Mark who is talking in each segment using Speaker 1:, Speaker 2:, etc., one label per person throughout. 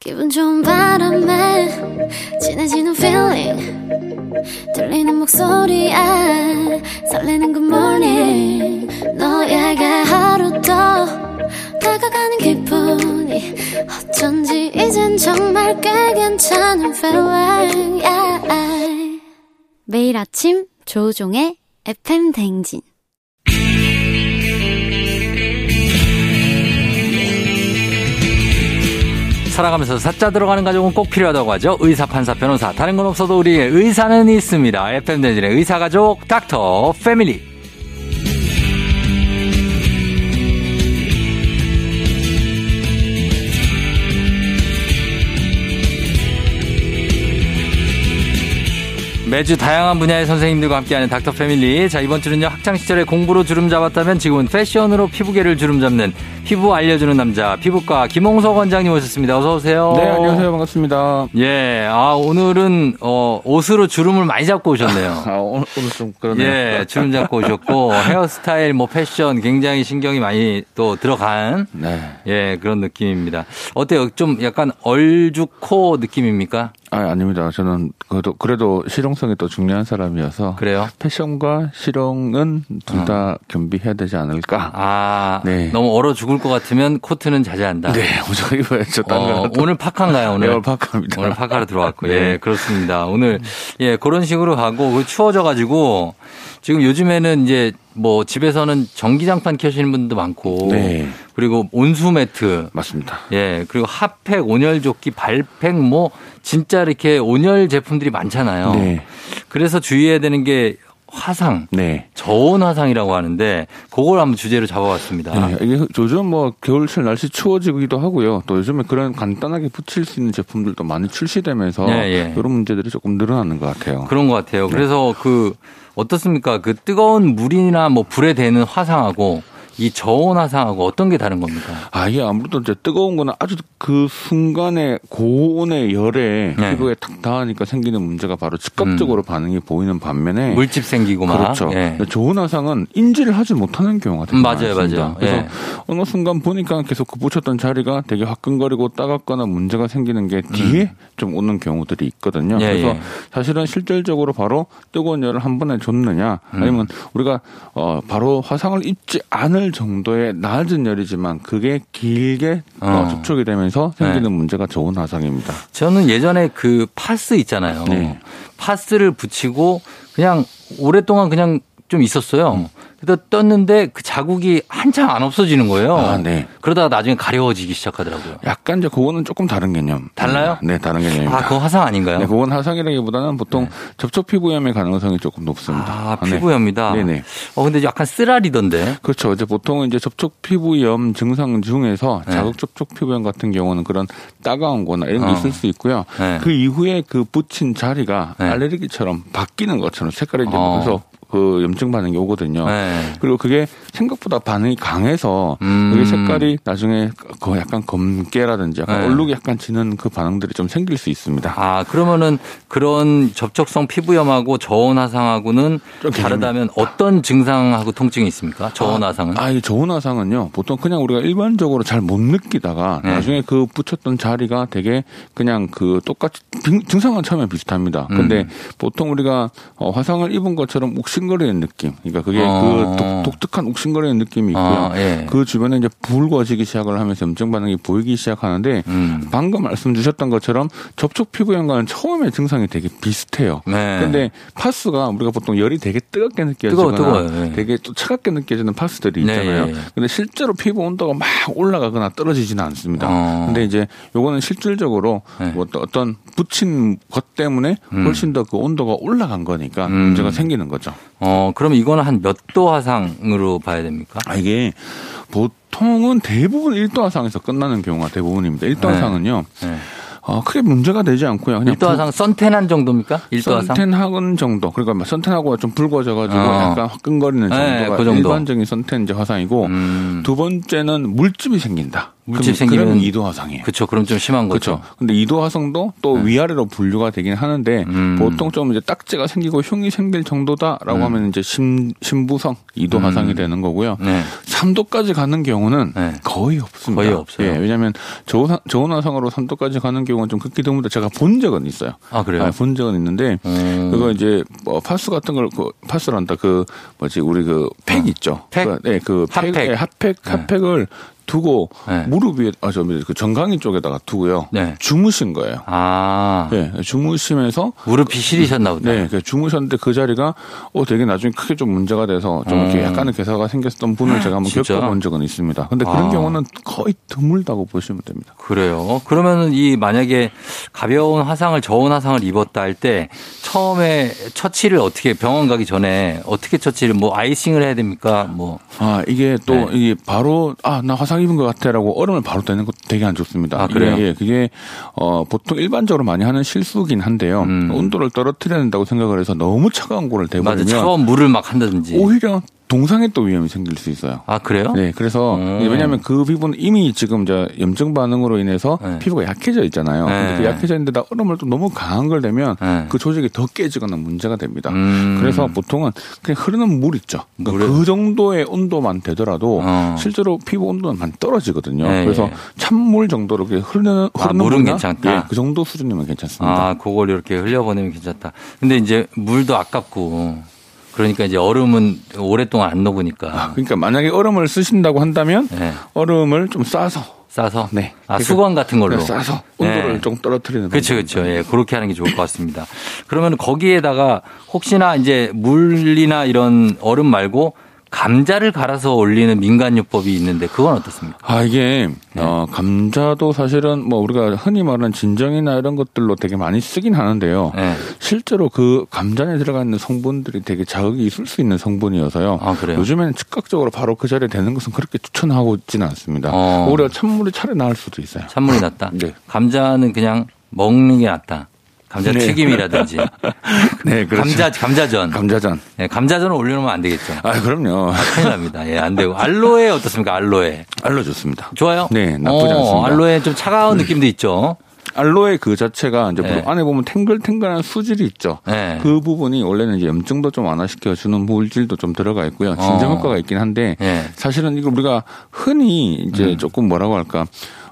Speaker 1: 기분 좋은 바람에 진해지는 feeling 들리는 목소리에 설레는 good morning 너에게 하루 더 다가가는 기분이 어쩐지 이젠 정말 꽤 괜찮은 feeling yeah. 매일 아침 조우종의 FM 댕진
Speaker 2: 살아가면서 사자 들어가는 가족은 꼭 필요하다고 하죠. 의사, 판사, 변호사. 다른 건 없어도 우리의 의사는 있습니다. FM 대진의 의사 가족 닥터 패밀리. 매주 다양한 분야의 선생님들과 함께하는 닥터 패밀리. 자, 이번 주는요, 학창시절에 공부로 주름 잡았다면 지금은 패션으로 피부계를 주름 잡는 피부 알려주는 남자, 피부과 김홍석 원장님 오셨습니다. 어서오세요.
Speaker 3: 네, 안녕하세요. 반갑습니다.
Speaker 2: 예, 아, 오늘은, 어, 옷으로 주름을 많이 잡고 오셨네요.
Speaker 3: 아, 오늘, 오늘 좀 그러네요.
Speaker 2: 예, 주름 잡고 오셨고, 헤어스타일, 뭐, 패션 굉장히 신경이 많이 또 들어간,
Speaker 3: 네.
Speaker 2: 예, 그런 느낌입니다. 어때요? 좀 약간 얼죽코 느낌입니까?
Speaker 3: 아, 아닙니다. 저는 그래도, 그래도 실용성이 또 중요한 아. 사람이어서
Speaker 2: 그래요?
Speaker 3: 패션과 실용은 둘 다 겸비해야 되지 않을까.
Speaker 2: 아,
Speaker 3: 네.
Speaker 2: 너무 얼어 죽을 것 같으면 코트는 자제한다.
Speaker 3: 네, 무조건 입어야죠. 딴
Speaker 2: 어,
Speaker 3: 거는 또-
Speaker 2: 오늘 파카인가요,
Speaker 3: 네,
Speaker 2: 오늘?
Speaker 3: 오늘 파카입니다.
Speaker 2: 오늘 파카로 들어왔고,
Speaker 3: 네.
Speaker 2: 예, 그렇습니다. 오늘, 예, 그런 식으로 가고, 그 추워져가지고, 지금 요즘에는 이제 뭐 집에서는 전기장판 켜시는 분도 많고,
Speaker 3: 네.
Speaker 2: 그리고 온수 매트,
Speaker 3: 맞습니다.
Speaker 2: 예, 그리고 핫팩, 온열조끼, 발팩, 뭐, 진짜 이렇게 온열 제품들이 많잖아요.
Speaker 3: 네.
Speaker 2: 그래서 주의해야 되는 게 화상,
Speaker 3: 네.
Speaker 2: 저온 화상이라고 하는데, 그걸 한번 주제로 잡아봤습니다.
Speaker 3: 네, 이게 요즘 뭐 겨울철 날씨 추워지기도 하고요. 또 요즘에 그런 간단하게 붙일 수 있는 제품들도 많이 출시되면서
Speaker 2: 예, 예.
Speaker 3: 이런 문제들이 조금 늘어나는 것 같아요.
Speaker 2: 그런 것 같아요.
Speaker 3: 네.
Speaker 2: 그래서 그 어떻습니까? 그 뜨거운 물이나 뭐 불에 대는 화상하고 이 저온 화상하고 어떤 게 다른 겁니까?
Speaker 3: 아, 이게 아무래도 이제 뜨거운 거는 아주 그 순간에 고온의 열에
Speaker 2: 네.
Speaker 3: 피부에 탁 닿으니까 생기는 문제가 바로 즉각적으로 반응이 보이는 반면에
Speaker 2: 물집 생기고 막.
Speaker 3: 네. 그렇죠.
Speaker 2: 예.
Speaker 3: 좋은 화상은 인지를 하지 못하는 경우가 되게
Speaker 2: 음, 맞아요,
Speaker 3: 많습니다.
Speaker 2: 맞아요.
Speaker 3: 그래서
Speaker 2: 예.
Speaker 3: 어느 순간 보니까 계속 그 붙였던 자리가 되게 화끈거리고 따갑거나 문제가 생기는 게 뒤에 좀 오는 경우들이 있거든요.
Speaker 2: 음. 예,
Speaker 3: 그래서
Speaker 2: 예.
Speaker 3: 사실은 실질적으로 바로 뜨거운 열을 한 번에 줬느냐,
Speaker 2: 음.
Speaker 3: 아니면 우리가 어 바로 화상을 입지 않을 정도의 낮은 열이지만 그게 길게 어,
Speaker 2: 어.
Speaker 3: 접촉이 되면서 생기는
Speaker 2: 네.
Speaker 3: 문제가 좋은 화상입니다.
Speaker 2: 저는 예전에 그 파스 있잖아요.
Speaker 3: 네.
Speaker 2: 파스를 붙이고 그냥 오랫동안 그냥 좀
Speaker 3: 음.
Speaker 2: 있었어요. 그래서 떴는데 그 자국이 한참 안 없어지는 거예요.
Speaker 3: 아, 네.
Speaker 2: 그러다가 나중에 가려워지기 시작하더라고요.
Speaker 3: 약간 이제 그거는 조금 다른 개념.
Speaker 2: 달라요?
Speaker 3: 네, 다른 개념입니다.
Speaker 2: 아, 그거 화상 아닌가요? 네.
Speaker 3: 네, 그건 화상이라기보다는 보통 접촉 피부염의 가능성이 조금 높습니다.
Speaker 2: 아,
Speaker 3: 네.
Speaker 2: 피부염이다.
Speaker 3: 네네.
Speaker 2: 어, 근데 약간 쓰라리던데.
Speaker 3: 그렇죠. 이제 보통은 이제 접촉 피부염 증상 중에서
Speaker 2: 네.
Speaker 3: 자극 접촉 피부염 같은 경우는 그런 따가운거나 이런 게
Speaker 2: 어.
Speaker 3: 있을 수 있고요.
Speaker 2: 네.
Speaker 3: 그 이후에 그 붙인 자리가
Speaker 2: 네.
Speaker 3: 알레르기처럼 바뀌는 것처럼 색깔이 이제
Speaker 2: 어.
Speaker 3: 그래서 그 염증 반응이 오거든요.
Speaker 2: 네.
Speaker 3: 그리고 그게 생각보다 반응이 강해서
Speaker 2: 음.
Speaker 3: 그게 색깔이 나중에 그 약간 검게라든지 약간
Speaker 2: 네.
Speaker 3: 얼룩이 약간 지는 그 반응들이 좀 생길 수 있습니다.
Speaker 2: 아, 그러면은 그런 접촉성 피부염하고 저온화상하고는
Speaker 3: 좀
Speaker 2: 다르다면 어떤 증상하고 통증이 있습니까? 저온화상은?
Speaker 3: 아, 이 좋은 화상은요. 보통 그냥 우리가 일반적으로 잘 못 느끼다가
Speaker 2: 네.
Speaker 3: 나중에 그 붙였던 자리가 되게 그냥 그 똑같이 증- 증상은 처음에 비슷합니다. 근데 보통 우리가 어, 화상을 입은 것처럼 욱신거리는 느낌. 그러니까 그게
Speaker 2: 어.
Speaker 3: 그 독, 특한 욱신거리는 느낌이 있고요.
Speaker 2: 아, 예.
Speaker 3: 그 주변에 이제 붉어지기 시작을 하면서 염증 반응이 보이기 시작하는데
Speaker 2: 음.
Speaker 3: 방금 말씀 주셨던 것처럼 접촉 피부염과는 처음에 증상이 되게 비슷해요.
Speaker 2: 네.
Speaker 3: 근데 파스가 우리가 보통 열이 되게 뜨겁게
Speaker 2: 뜨거워,
Speaker 3: 느껴지거나
Speaker 2: 뜨거워요. 예.
Speaker 3: 되게 또 차갑게 느껴지는 파스들이
Speaker 2: 네,
Speaker 3: 있잖아요.
Speaker 2: 예, 예.
Speaker 3: 근데 실제로 피부 온도가 막 올라가거나 떨어지지는 않습니다.
Speaker 2: 어.
Speaker 3: 근데 이제 요거는 실질적으로
Speaker 2: 네.
Speaker 3: 뭐 또 어떤 붙인 것 때문에 훨씬 더 그 온도가 올라간 거니까
Speaker 2: 음.
Speaker 3: 문제가 생기는 거죠.
Speaker 2: 어, 그럼 이거는 한 몇 도 화상으로 봐야 됩니까?
Speaker 3: 아, 이게 보통은 대부분 1도 화상에서 끝나는 경우가 대부분입니다. 1도
Speaker 2: 네.
Speaker 3: 화상은요.
Speaker 2: 네.
Speaker 3: 어, 크게 문제가 되지 않고요. 그냥
Speaker 2: 1도 화상 선탠한 정도입니까? 1도 화상?
Speaker 3: 선텐하는 정도. 그러니까 막 선텐하고 좀 붉어져가지고
Speaker 2: 어.
Speaker 3: 약간 화끈거리는
Speaker 2: 네,
Speaker 3: 정도가
Speaker 2: 그 정도.
Speaker 3: 어, 일반적인 선텐 이제 화상이고
Speaker 2: 음.
Speaker 3: 두 번째는 물집이 생긴다.
Speaker 2: 물집
Speaker 3: 그럼
Speaker 2: 생기면
Speaker 3: 이도 화상이에요.
Speaker 2: 그렇죠. 그럼 좀 심한
Speaker 3: 그렇죠.
Speaker 2: 거죠. 네.
Speaker 3: 근데 이도 화성도 또 위아래로 분류가 되긴 하는데
Speaker 2: 음.
Speaker 3: 보통 좀 이제 딱지가 생기고 흉이 생길 정도다라고 하면 이제 심 신부성 이도
Speaker 2: 음.
Speaker 3: 화상이 되는 거고요.
Speaker 2: 네.
Speaker 3: 3도까지 가는 경우는
Speaker 2: 네.
Speaker 3: 거의 없습니다.
Speaker 2: 거의 없어요.
Speaker 3: 예, 왜냐하면 저온 저온 화상으로 3도까지 가는 경우는 좀 극히 드문데 제가 본 적은 있어요.
Speaker 2: 아 그래요.
Speaker 3: 아, 본 적은 있는데
Speaker 2: 음.
Speaker 3: 그거 이제 뭐 파스 같은 걸 그, 파스란다 그 뭐지 우리 그 팩 있죠.
Speaker 2: 아, 팩?
Speaker 3: 그, 네, 그 팩,
Speaker 2: 핫팩.
Speaker 3: 예, 핫팩 핫팩을 두고
Speaker 2: 네.
Speaker 3: 무릎 위에 아저그 정강이 쪽에다가 두고요.
Speaker 2: 네.
Speaker 3: 주무신 거예요.
Speaker 2: 아
Speaker 3: 예, 주무시면서
Speaker 2: 무릎이 시리셨나 보다.
Speaker 3: 네, 그 주무셨는데 그 자리가 어 되게 나중에 크게 좀 문제가 돼서 좀
Speaker 2: 음.
Speaker 3: 이렇게 약간의 괴사가 생겼던 분을 제가 한번
Speaker 2: 진짜?
Speaker 3: 겪어본 적은 있습니다. 근데 그런
Speaker 2: 아.
Speaker 3: 경우는 거의 드물다고 보시면 됩니다.
Speaker 2: 그래요. 그러면은 이 만약에 가벼운 화상을 저온 화상을 입었다 할 때 처음에 처치를 어떻게 병원 가기 전에 어떻게 처치를 뭐 아이싱을 해야 됩니까? 뭐
Speaker 3: 아 이게 또
Speaker 2: 네.
Speaker 3: 이게 바로 아 나 화상 입은 것 같아라고 얼음을 바로 떼는 것도 되게 안 좋습니다.
Speaker 2: 아, 그래요?
Speaker 3: 예, 예. 그게 어 보통 일반적으로 많이 하는 실수긴 한데요.
Speaker 2: 음.
Speaker 3: 온도를 떨어뜨려야 된다고 생각을 해서 너무 차가운 거를
Speaker 2: 맞아
Speaker 3: 대버리면
Speaker 2: 차가운 물을 막 한다든지.
Speaker 3: 오히려 동상에 또 위험이 생길 수 있어요.
Speaker 2: 아 그래요?
Speaker 3: 네, 그래서
Speaker 2: 음.
Speaker 3: 예, 왜냐하면 그 피부는 이미 지금 이제 염증 반응으로 인해서
Speaker 2: 네.
Speaker 3: 피부가 약해져 있잖아요.
Speaker 2: 네.
Speaker 3: 근데 그 약해져 있는데다 얼음을 또 너무 강한 걸 내면
Speaker 2: 네.
Speaker 3: 그 조직이 더 깨지거나 문제가 됩니다.
Speaker 2: 음.
Speaker 3: 그래서 보통은 그냥 흐르는 물 있죠. 그러니까
Speaker 2: 물을-
Speaker 3: 그 정도의 온도만 되더라도
Speaker 2: 어.
Speaker 3: 실제로 피부 온도는 많이 떨어지거든요.
Speaker 2: 예,
Speaker 3: 그래서
Speaker 2: 예.
Speaker 3: 찬물 정도로 이렇게 흐르는
Speaker 2: 아,
Speaker 3: 흐르는
Speaker 2: 물은
Speaker 3: 물이나,
Speaker 2: 괜찮다.
Speaker 3: 예, 그 정도 수준이면 괜찮습니다.
Speaker 2: 아 그걸 이렇게 흘려보내면 괜찮다. 근데 이제 물도 아깝고 그러니까 이제 얼음은 오랫동안 안 녹으니까.
Speaker 3: 그러니까 만약에 얼음을 쓰신다고 한다면
Speaker 2: 네.
Speaker 3: 얼음을 좀 싸서
Speaker 2: 싸서.
Speaker 3: 네.
Speaker 2: 아
Speaker 3: 그래서
Speaker 2: 수건 같은 걸로.
Speaker 3: 싸서 온도를
Speaker 2: 네.
Speaker 3: 좀 떨어뜨리는
Speaker 2: 그렇죠,
Speaker 3: 방법입니다.
Speaker 2: 그렇죠. 예, 그렇게 하는 게 좋을 것 같습니다. 그러면 거기에다가 혹시나 이제 물이나 이런 얼음 말고 감자를 갈아서 올리는 민간요법이 있는데 그건 어떻습니까?
Speaker 3: 아 이게
Speaker 2: 예.
Speaker 3: 어, 감자도 사실은 뭐 우리가 흔히 말하는 진정이나 이런 것들로 되게 많이 쓰긴 하는데요.
Speaker 2: 예.
Speaker 3: 실제로 그 감자에 들어가 있는 성분들이 되게 자극이 있을 수 있는 성분이어서요.
Speaker 2: 아, 그래요?
Speaker 3: 요즘에는 즉각적으로 바로 그 자리에 되는 것은 그렇게 추천하고 있지는 않습니다.
Speaker 2: 어.
Speaker 3: 오히려 찬물이 차라리 나을 수도 있어요.
Speaker 2: 찬물이 낫다.
Speaker 3: 네.
Speaker 2: 감자는 그냥 먹는 게 낫다. 감자
Speaker 3: 네.
Speaker 2: 튀김이라든지.
Speaker 3: 네,
Speaker 2: 감자 감자전.
Speaker 3: 감자전.
Speaker 2: 예, 감자전을 올려놓으면 안 되겠죠.
Speaker 3: 아 그럼요.
Speaker 2: 큰일 납니다. 예, 안 되고 알로에 어떻습니까? 알로에
Speaker 3: 알로 좋습니다.
Speaker 2: 좋아요?
Speaker 3: 네, 나쁘지
Speaker 2: 어,
Speaker 3: 않습니다. 네.
Speaker 2: 알로에 좀 차가운 느낌도 있죠.
Speaker 3: 알로에 그 자체가 이제
Speaker 2: 네.
Speaker 3: 보통 안에 보면 탱글탱글한 수질이 있죠.
Speaker 2: 네.
Speaker 3: 그 부분이 원래는 이제 염증도 좀 완화시켜 주는 물질도 좀 들어가 있고요. 진정
Speaker 2: 어.
Speaker 3: 효과가 있긴 한데
Speaker 2: 예.
Speaker 3: 사실은 이거 우리가 흔히
Speaker 2: 음.
Speaker 3: 이제 조금 뭐라고 할까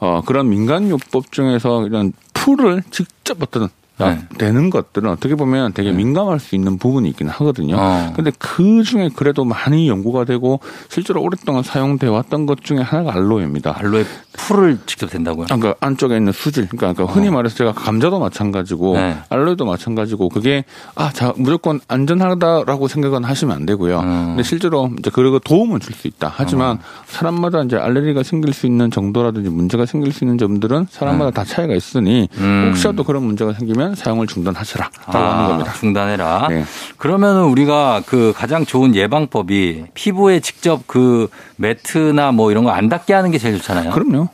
Speaker 3: 어 그런 민간 요법 중에서 이런 풀을 직접 어떤 아,
Speaker 2: 네.
Speaker 3: 되는 것들은 어떻게 보면 되게 민감할 수 있는 부분이 있긴 하거든요.
Speaker 2: 어.
Speaker 3: 근데 그 중에 그래도 많이 연구가 되고 실제로 오랫동안 사용돼 왔던 것 중에 하나가 알로에입니다.
Speaker 2: 알로에 풀을 직접 된다고요?
Speaker 3: 그까 안쪽에 있는 수질, 그러니까, 그러니까 흔히 말해서 제가 감자도 마찬가지고
Speaker 2: 어. 네.
Speaker 3: 알로에도 마찬가지고 그게 아, 자 무조건 안전하다라고 생각은 하시면 안 되고요.
Speaker 2: 음.
Speaker 3: 근데 실제로 이제 그리고 도움은 줄 수 있다. 하지만 사람마다 이제 알레르기가 생길 수 있는 정도라든지 문제가 생길 수 있는 점들은 사람마다 다 차이가 있으니
Speaker 2: 네. 음.
Speaker 3: 혹시라도 그런 문제가 생기면 사용을 중단하시라라고
Speaker 2: 아,
Speaker 3: 하는 겁니다.
Speaker 2: 중단해라.
Speaker 3: 네.
Speaker 2: 그러면 우리가 그 가장 좋은 예방법이 피부에 직접 그 매트나 뭐 이런 거 안 닿게 하는 게 제일 좋잖아요. 그럼
Speaker 3: 그럼요.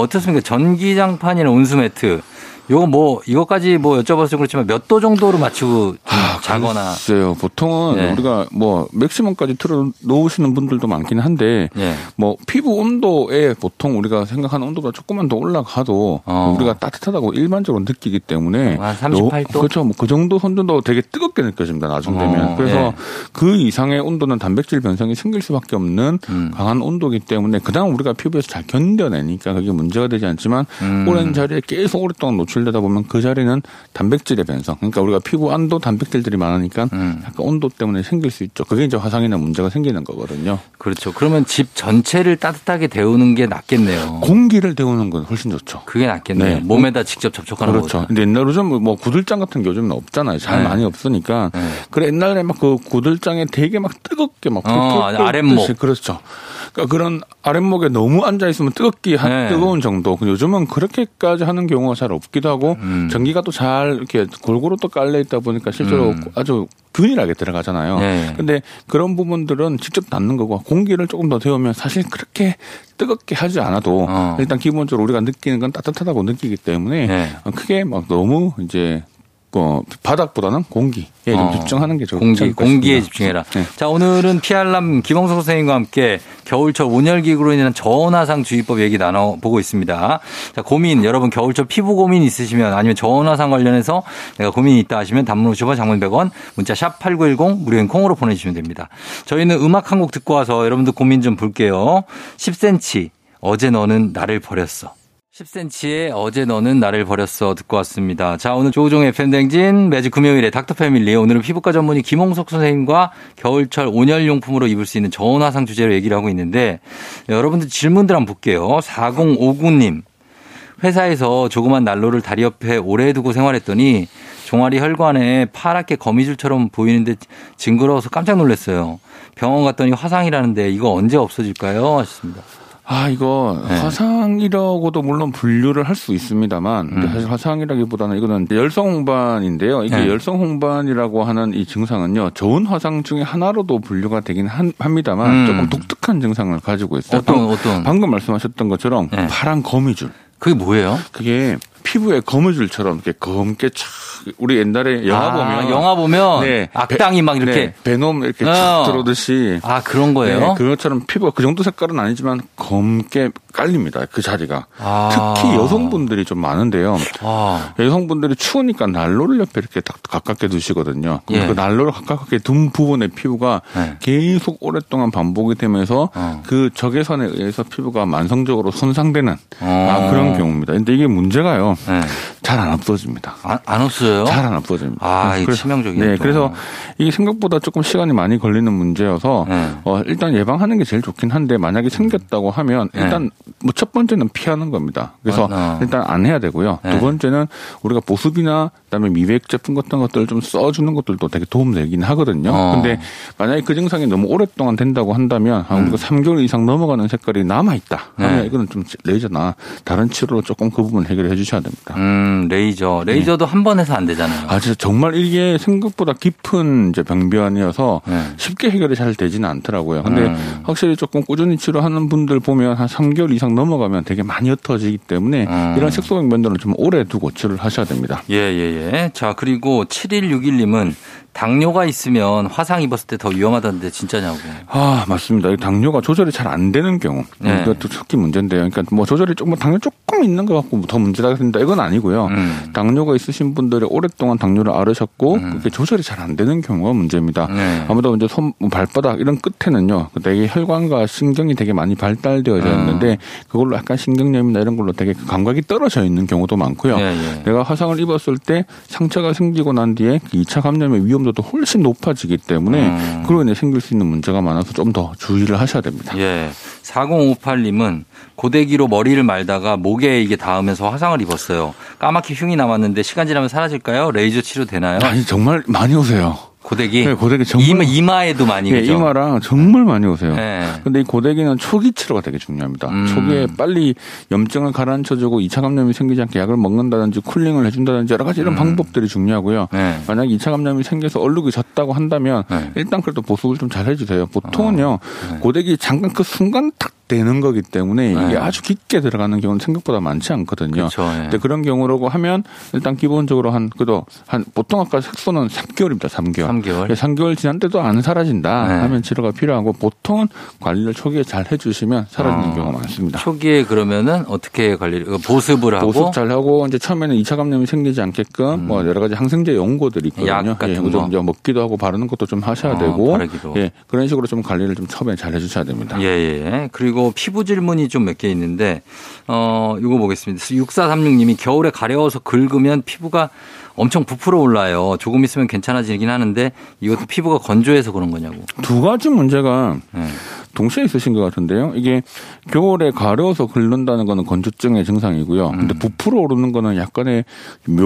Speaker 2: 어떻습니까? 전기장판이나 온수 매트. 요거 뭐 이것까지 뭐 여쭤봐서 그렇지만 몇 도 정도로 맞추고 좀
Speaker 3: 아,
Speaker 2: 자거나
Speaker 3: 글쎄요. 보통은
Speaker 2: 아. 네.
Speaker 3: 우리가 뭐 맥시멈까지 틀어 놓으시는 분들도 많긴 한데
Speaker 2: 예.
Speaker 3: 뭐 피부 온도에 보통 우리가 생각하는 온도보다 조금만 더 올라가도
Speaker 2: 어.
Speaker 3: 우리가 따뜻하다고 일반적으로 느끼기 때문에
Speaker 2: 한 38도?
Speaker 3: 너- 그렇죠. 뭐그 정도 선도도 되게 뜨겁게 느껴집니다. 나중 되면.
Speaker 2: 어,
Speaker 3: 그래서
Speaker 2: 예.
Speaker 3: 그 이상의 온도는 단백질 변성이 생길 수밖에 없는
Speaker 2: 음.
Speaker 3: 강한 온도이기 때문에 그다음 우리가 피부에서 잘 견뎌내니까 그게 문제가 되지 않지만
Speaker 2: 음.
Speaker 3: 오랜 자리에 계속 오랫동안 노출되다 보면 그 자리는 단백질의 변성. 그러니까 우리가 피부 안도 단백질들이 많으니까
Speaker 2: 음.
Speaker 3: 약간 온도 때문에 생길 수 있죠. 그게 이제 화상이나 문제가 생기는 거거든요.
Speaker 2: 그렇죠. 그러면 집 전체를 따뜻하게 데우는 게 낫겠네요.
Speaker 3: 공기를 데우는 건 훨씬 좋죠.
Speaker 2: 그게 낫겠네요.
Speaker 3: 네.
Speaker 2: 몸에다 직접 접촉하는
Speaker 3: 그렇죠.
Speaker 2: 거죠.
Speaker 3: 근데 옛날 요즘 뭐 구들장 같은 게 요즘은 없잖아요. 잘
Speaker 2: 네.
Speaker 3: 많이 없으니까.
Speaker 2: 네.
Speaker 3: 그래 옛날에 막 그 구들장에 되게 막 뜨겁게 막
Speaker 2: 어,
Speaker 3: 풀풀 끓듯이
Speaker 2: 아랫목.
Speaker 3: 그렇죠. 그러니까 그런 아랫목에 너무 앉아 있으면 뜨겁기 한
Speaker 2: 네.
Speaker 3: 뜨거운 정도. 근데 요즘은 그렇게까지 하는 경우가 잘 없기도 하고
Speaker 2: 음.
Speaker 3: 전기가 또 잘 이렇게 골고루 또 깔려 있다 보니까 실제로 아주 균일하게 들어가잖아요.
Speaker 2: 음. 네.
Speaker 3: 근데 그런 부분들은 직접 닿는 거고 공기를 조금 더 데우면 사실 그렇게 뜨겁게 하지 않아도
Speaker 2: 어.
Speaker 3: 어, 일단 기본적으로 우리가 느끼는 건 따뜻하다고 느끼기 때문에
Speaker 2: 네.
Speaker 3: 크게 막 너무 이제 어, 바닥보다는 공기에 예, 좀
Speaker 2: 어,
Speaker 3: 집중하는 게 좋을
Speaker 2: 공기,
Speaker 3: 것 같습니다.
Speaker 2: 공기에 집중해라.
Speaker 3: 네.
Speaker 2: 자, 오늘은 피알람 김홍석 선생님과 함께 겨울철 온열기구로 인한 저온화상 주의법 얘기 나눠보고 있습니다. 자, 고민, 여러분 겨울철 피부 고민 있으시면 아니면 저온화상 관련해서 내가 고민이 있다 하시면 단문 50원, 장문 100원, 문자 샵 8910, 무료인 콩으로 보내주시면 됩니다. 저희는 음악 한 곡 듣고 와서 여러분들 고민 좀 볼게요. 10cm, 어제 너는 나를 버렸어. 10cm의 어제 너는 나를 버렸어 듣고 왔습니다. 자, 오늘 조우종의 팬댕진 매주 금요일에 닥터패밀리 오늘은 피부과 전문의 김홍석 선생님과 겨울철 온열용품으로 입을 수 있는 저온화상 주제로 얘기를 하고 있는데 여러분들 질문들 한번 볼게요. 4059님. 회사에서 조그만 난로를 다리 옆에 오래 두고 생활했더니 종아리 혈관에 파랗게 거미줄처럼 보이는데 징그러워서 깜짝 놀랐어요. 병원 갔더니 화상이라는데 이거 언제 없어질까요? 하셨습니다.
Speaker 3: 아, 이거
Speaker 2: 네.
Speaker 3: 화상이라고도 물론 분류를 할 수 있습니다만 근데
Speaker 2: 음.
Speaker 3: 사실 화상이라기보다는 이거는 열성 홍반인데요. 이게
Speaker 2: 네.
Speaker 3: 열성 홍반이라고 하는 이 증상은요. 좋은 화상 중에 하나로도 분류가 되긴 한- 합니다만
Speaker 2: 음.
Speaker 3: 조금 독특한 증상을 가지고 있어요.
Speaker 2: 어떤
Speaker 3: 방-
Speaker 2: 어떤
Speaker 3: 방금 말씀하셨던 것처럼
Speaker 2: 네.
Speaker 3: 파란 거미줄.
Speaker 2: 그게 뭐예요?
Speaker 3: 그게 피부에 거미줄처럼 이렇게 검게 촥 우리 옛날에 영화
Speaker 2: 아,
Speaker 3: 보면
Speaker 2: 영화 보면
Speaker 3: 네.
Speaker 2: 악당이 막 이렇게
Speaker 3: 네, 베놈 이렇게
Speaker 2: 어.
Speaker 3: 촥 들어오듯이
Speaker 2: 아 그런 거예요?
Speaker 3: 네, 그것처럼 피부가 그 정도 색깔은 아니지만 검게 깔립니다. 그 자리가.
Speaker 2: 아.
Speaker 3: 특히 여성분들이 좀 많은데요.
Speaker 2: 아,
Speaker 3: 여성분들이 추우니까 난로를 옆에 이렇게 딱 가깝게 두시거든요. 그럼
Speaker 2: 예.
Speaker 3: 그 난로를 가깝게 둔 부분의 피부가
Speaker 2: 네.
Speaker 3: 계속 오랫동안 반복이 되면서
Speaker 2: 어.
Speaker 3: 그 적외선에 의해서 피부가 만성적으로 손상되는
Speaker 2: 어.
Speaker 3: 아, 그런 경우입니다. 근데 이게 문제가요.
Speaker 2: 네.
Speaker 3: 잘 안 없어집니다.
Speaker 2: 안, 안 없어요?
Speaker 3: 잘 안 없어집니다.
Speaker 2: 아, 이거
Speaker 3: 그래서-
Speaker 2: 치명적이네.
Speaker 3: 네,
Speaker 2: 또.
Speaker 3: 그래서 이게 생각보다 조금 시간이 많이 걸리는 문제여서
Speaker 2: 네.
Speaker 3: 어, 일단 예방하는 게 제일 좋긴 한데 만약에 생겼다고 하면
Speaker 2: 네.
Speaker 3: 일단 뭐 첫 번째는 피하는 겁니다. 그래서
Speaker 2: 맞아. 어.
Speaker 3: 일단 안 해야 되고요.
Speaker 2: 네.
Speaker 3: 두 번째는 우리가 보습이나 그다음에 미백 제품 같은 것들을 좀 써주는 것들도 되게 도움되긴 하거든요.
Speaker 2: 어.
Speaker 3: 근데 만약에 그 증상이 너무 오랫동안 된다고 한다면 아, 우리가 3개월 이상 넘어가는 색깔이 남아 있다. 하면
Speaker 2: 음. 네.
Speaker 3: 이거는 좀 레이저나 다른 치료로 조금 그 부분 해결해 주셔야 됩니다.
Speaker 2: 음, 레이저. 레이저도 한 번 해서 안 되잖아요.
Speaker 3: 아, 진짜 정말 이게 생각보다 깊은 이제 병변이어서
Speaker 2: 네.
Speaker 3: 쉽게 해결이 잘 되지는 않더라고요. 근데
Speaker 2: 음.
Speaker 3: 확실히 조금 꾸준히 치료하는 분들 보면 한 3개월 이상 넘어가면 되게 많이 옅어지기 때문에
Speaker 2: 음.
Speaker 3: 이런 색소병변들은 좀 오래 두고 치료를 하셔야 됩니다.
Speaker 2: 예, 예, 예. 자, 그리고 7161님은 당뇨가 있으면 화상 입었을 때 더 위험하다는데 진짜냐고.
Speaker 3: 아, 맞습니다. 이 당뇨가 조절이 잘 안 되는 경우.
Speaker 2: 네.
Speaker 3: 이것도 특히 문제인데요. 그러니까 뭐 조절이 조금, 당뇨 조금 있는 것 같고 더 문제가 된다. 이건 아니고요.
Speaker 2: 음.
Speaker 3: 당뇨가 있으신 분들이 오랫동안 당뇨를 앓으셨고
Speaker 2: 음.
Speaker 3: 그게 조절이 잘 안 되는 경우가 문제입니다.
Speaker 2: 네.
Speaker 3: 아무래도 이제 손뭐 발바닥 이런 끝에는요 되게 혈관과 신경이 되게 많이 발달되어져
Speaker 2: 음.
Speaker 3: 있는데 그걸로 약간 신경염이나 이런 걸로 되게 그 감각이 떨어져 있는 경우도 많고요.
Speaker 2: 예, 예.
Speaker 3: 내가 화상을 입었을 때 상처가 생기고 난 뒤에 그 2차 감염의 위험도도 훨씬 높아지기 때문에
Speaker 2: 음.
Speaker 3: 그로 인해 생길 수 있는 문제가 많아서 좀 더 주의를 하셔야 됩니다.
Speaker 2: 예. 4058님은 고데기로 머리를 말다가 목에 이게 닿으면서 화상을 입었어요. 까맣게 흉이 남았는데 시간 지나면 사라질까요? 레이저 치료 되나요?
Speaker 3: 아니 정말 많이 오세요.
Speaker 2: 고데기?
Speaker 3: 네, 고데기 정말-
Speaker 2: 이마, 이마에도 많이.
Speaker 3: 예,
Speaker 2: 그죠?
Speaker 3: 이마랑 정말 많이 오세요.
Speaker 2: 네.
Speaker 3: 근데 이 고데기는 초기 치료가 되게 중요합니다.
Speaker 2: 음.
Speaker 3: 초기에 빨리 염증을 가라앉혀주고 2차 감염이 생기지 않게 약을 먹는다든지 쿨링을 해준다든지 여러 가지 이런 방법들이 중요하고요.
Speaker 2: 음. 네.
Speaker 3: 만약 2차 감염이 생겨서 얼룩이 졌다고 한다면
Speaker 2: 네. 아,
Speaker 3: 일단 그래도 보습을 좀 잘 해주세요. 보통은요 고데기 잠깐 그 순간 탁 되는 거기 때문에
Speaker 2: 네.
Speaker 3: 이게 아주 깊게 들어가는 경우는 생각보다 많지 않거든요. 네,
Speaker 2: 그렇죠. 예.
Speaker 3: 근데 그런 경우라고 하면 일단 기본적으로 한 그래도 한 보통 아까 색소는 3개월입니다. 3개월.
Speaker 2: 3개월.
Speaker 3: 3개월 지난 때도 안 사라진다
Speaker 2: 네.
Speaker 3: 하면 치료가 필요하고 보통은 관리를 초기에 잘 해주시면 사라지는
Speaker 2: 어.
Speaker 3: 경우가 많습니다.
Speaker 2: 초기에 그러면은 어떻게 관리를 보습을 하고 음.
Speaker 3: 보습 잘 하고 이제 처음에는 2차 감염이 생기지 않게끔 뭐 여러 가지 항생제 연고들이 있거든요.
Speaker 2: 약 같은
Speaker 3: 예, 그거
Speaker 2: 거.
Speaker 3: 좀 이제 먹기도 하고 바르는 것도 좀 하셔야
Speaker 2: 어,
Speaker 3: 되고
Speaker 2: 바르기도.
Speaker 3: 예, 그런 식으로 좀 관리를 좀 처음에 잘 해주셔야 됩니다.
Speaker 2: 예, 예. 그리고 피부 질문이 좀 몇 개 있는데, 어, 이거 보겠습니다. 6436님이 겨울에 가려워서 긁으면 피부가 엄청 부풀어 올라요. 조금 있으면 괜찮아지긴 하는데 이것도 피부가 건조해서 그런 거냐고.
Speaker 3: 두 가지 문제가
Speaker 2: 예.
Speaker 3: 동시에 있으신 것 같은데요. 이게 겨울에 가려워서 긁는다는 거는 건조증의 증상이고요.
Speaker 2: 음.
Speaker 3: 근데 부풀어 오르는 거는 약간의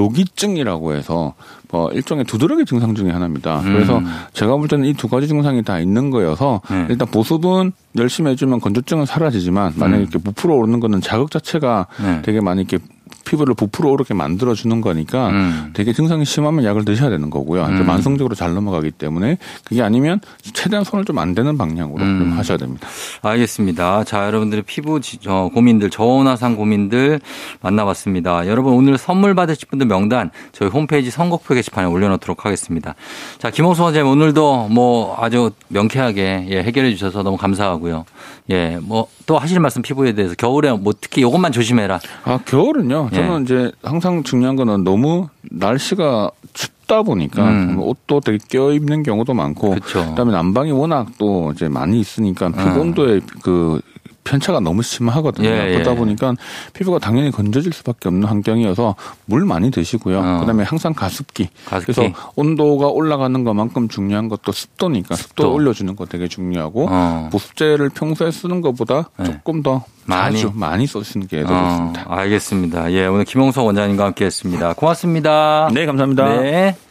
Speaker 3: 묘기증이라고 해서 어, 일종의 두드러기 증상 중에 하나입니다.
Speaker 2: 음.
Speaker 3: 그래서 제가 볼 때는 이 두 가지 증상이 다 있는 거여서
Speaker 2: 네.
Speaker 3: 일단 보습은 열심히 해주면 건조증은 사라지지만 만약에 이렇게 부풀어 오르는 거는 자극 자체가
Speaker 2: 음. 네.
Speaker 3: 되게 많이 이렇게 피부를 부풀어 오르게 만들어 주는 거니까
Speaker 2: 음.
Speaker 3: 되게 증상이 심하면 약을 드셔야 되는 거고요. 이제
Speaker 2: 음.
Speaker 3: 만성적으로 잘 넘어가기 때문에 그게 아니면 최대한 손을 좀 안 대는 방향으로
Speaker 2: 음.
Speaker 3: 좀 하셔야 됩니다.
Speaker 2: 알겠습니다. 자, 여러분들의 피부 지- 어, 고민들, 저온화상 고민들 만나봤습니다. 여러분 오늘 선물 받으실 분들 명단 저희 홈페이지 선곡표 게시판에 올려놓도록 하겠습니다. 자, 김홍수 원장님 오늘도 뭐 아주 명쾌하게 예, 해결해 주셔서 너무 감사하고요. 예, 뭐 또 하실 말씀 피부에 대해서 겨울에 뭐 특히 이것만 조심해라.
Speaker 3: 아 겨울은요.
Speaker 2: 예.
Speaker 3: 저는 이제 항상 중요한 거는 너무 날씨가 춥다 보니까 뭐
Speaker 2: 음.
Speaker 3: 옷도 되게 껴입는 경우도 많고
Speaker 2: 그쵸. 음.
Speaker 3: 그다음에 난방이 워낙 또 이제 많이 있으니까 피부 온도의 그 편차가 너무 심하거든요.
Speaker 2: 예, 예.
Speaker 3: 그러다 보니까 피부가 당연히 건조질 수밖에 없는 환경이어서 물 많이 드시고요.
Speaker 2: 어.
Speaker 3: 그다음에 항상 가습기.
Speaker 2: 가습기.
Speaker 3: 그래서 온도가 올라가는 것만큼 중요한 것도 습도니까 습도,
Speaker 2: 습도.
Speaker 3: 올려주는 거 되게 중요하고
Speaker 2: 어.
Speaker 3: 보습제를 평소에 쓰는 것보다
Speaker 2: 네.
Speaker 3: 조금 더
Speaker 2: 많이. 어.
Speaker 3: 자주 많이 쓰시는 게 더 좋습니다.
Speaker 2: 알겠습니다. 예, 오늘 김홍석 원장님과 함께했습니다. 고맙습니다.
Speaker 3: 네, 감사합니다.
Speaker 2: 네.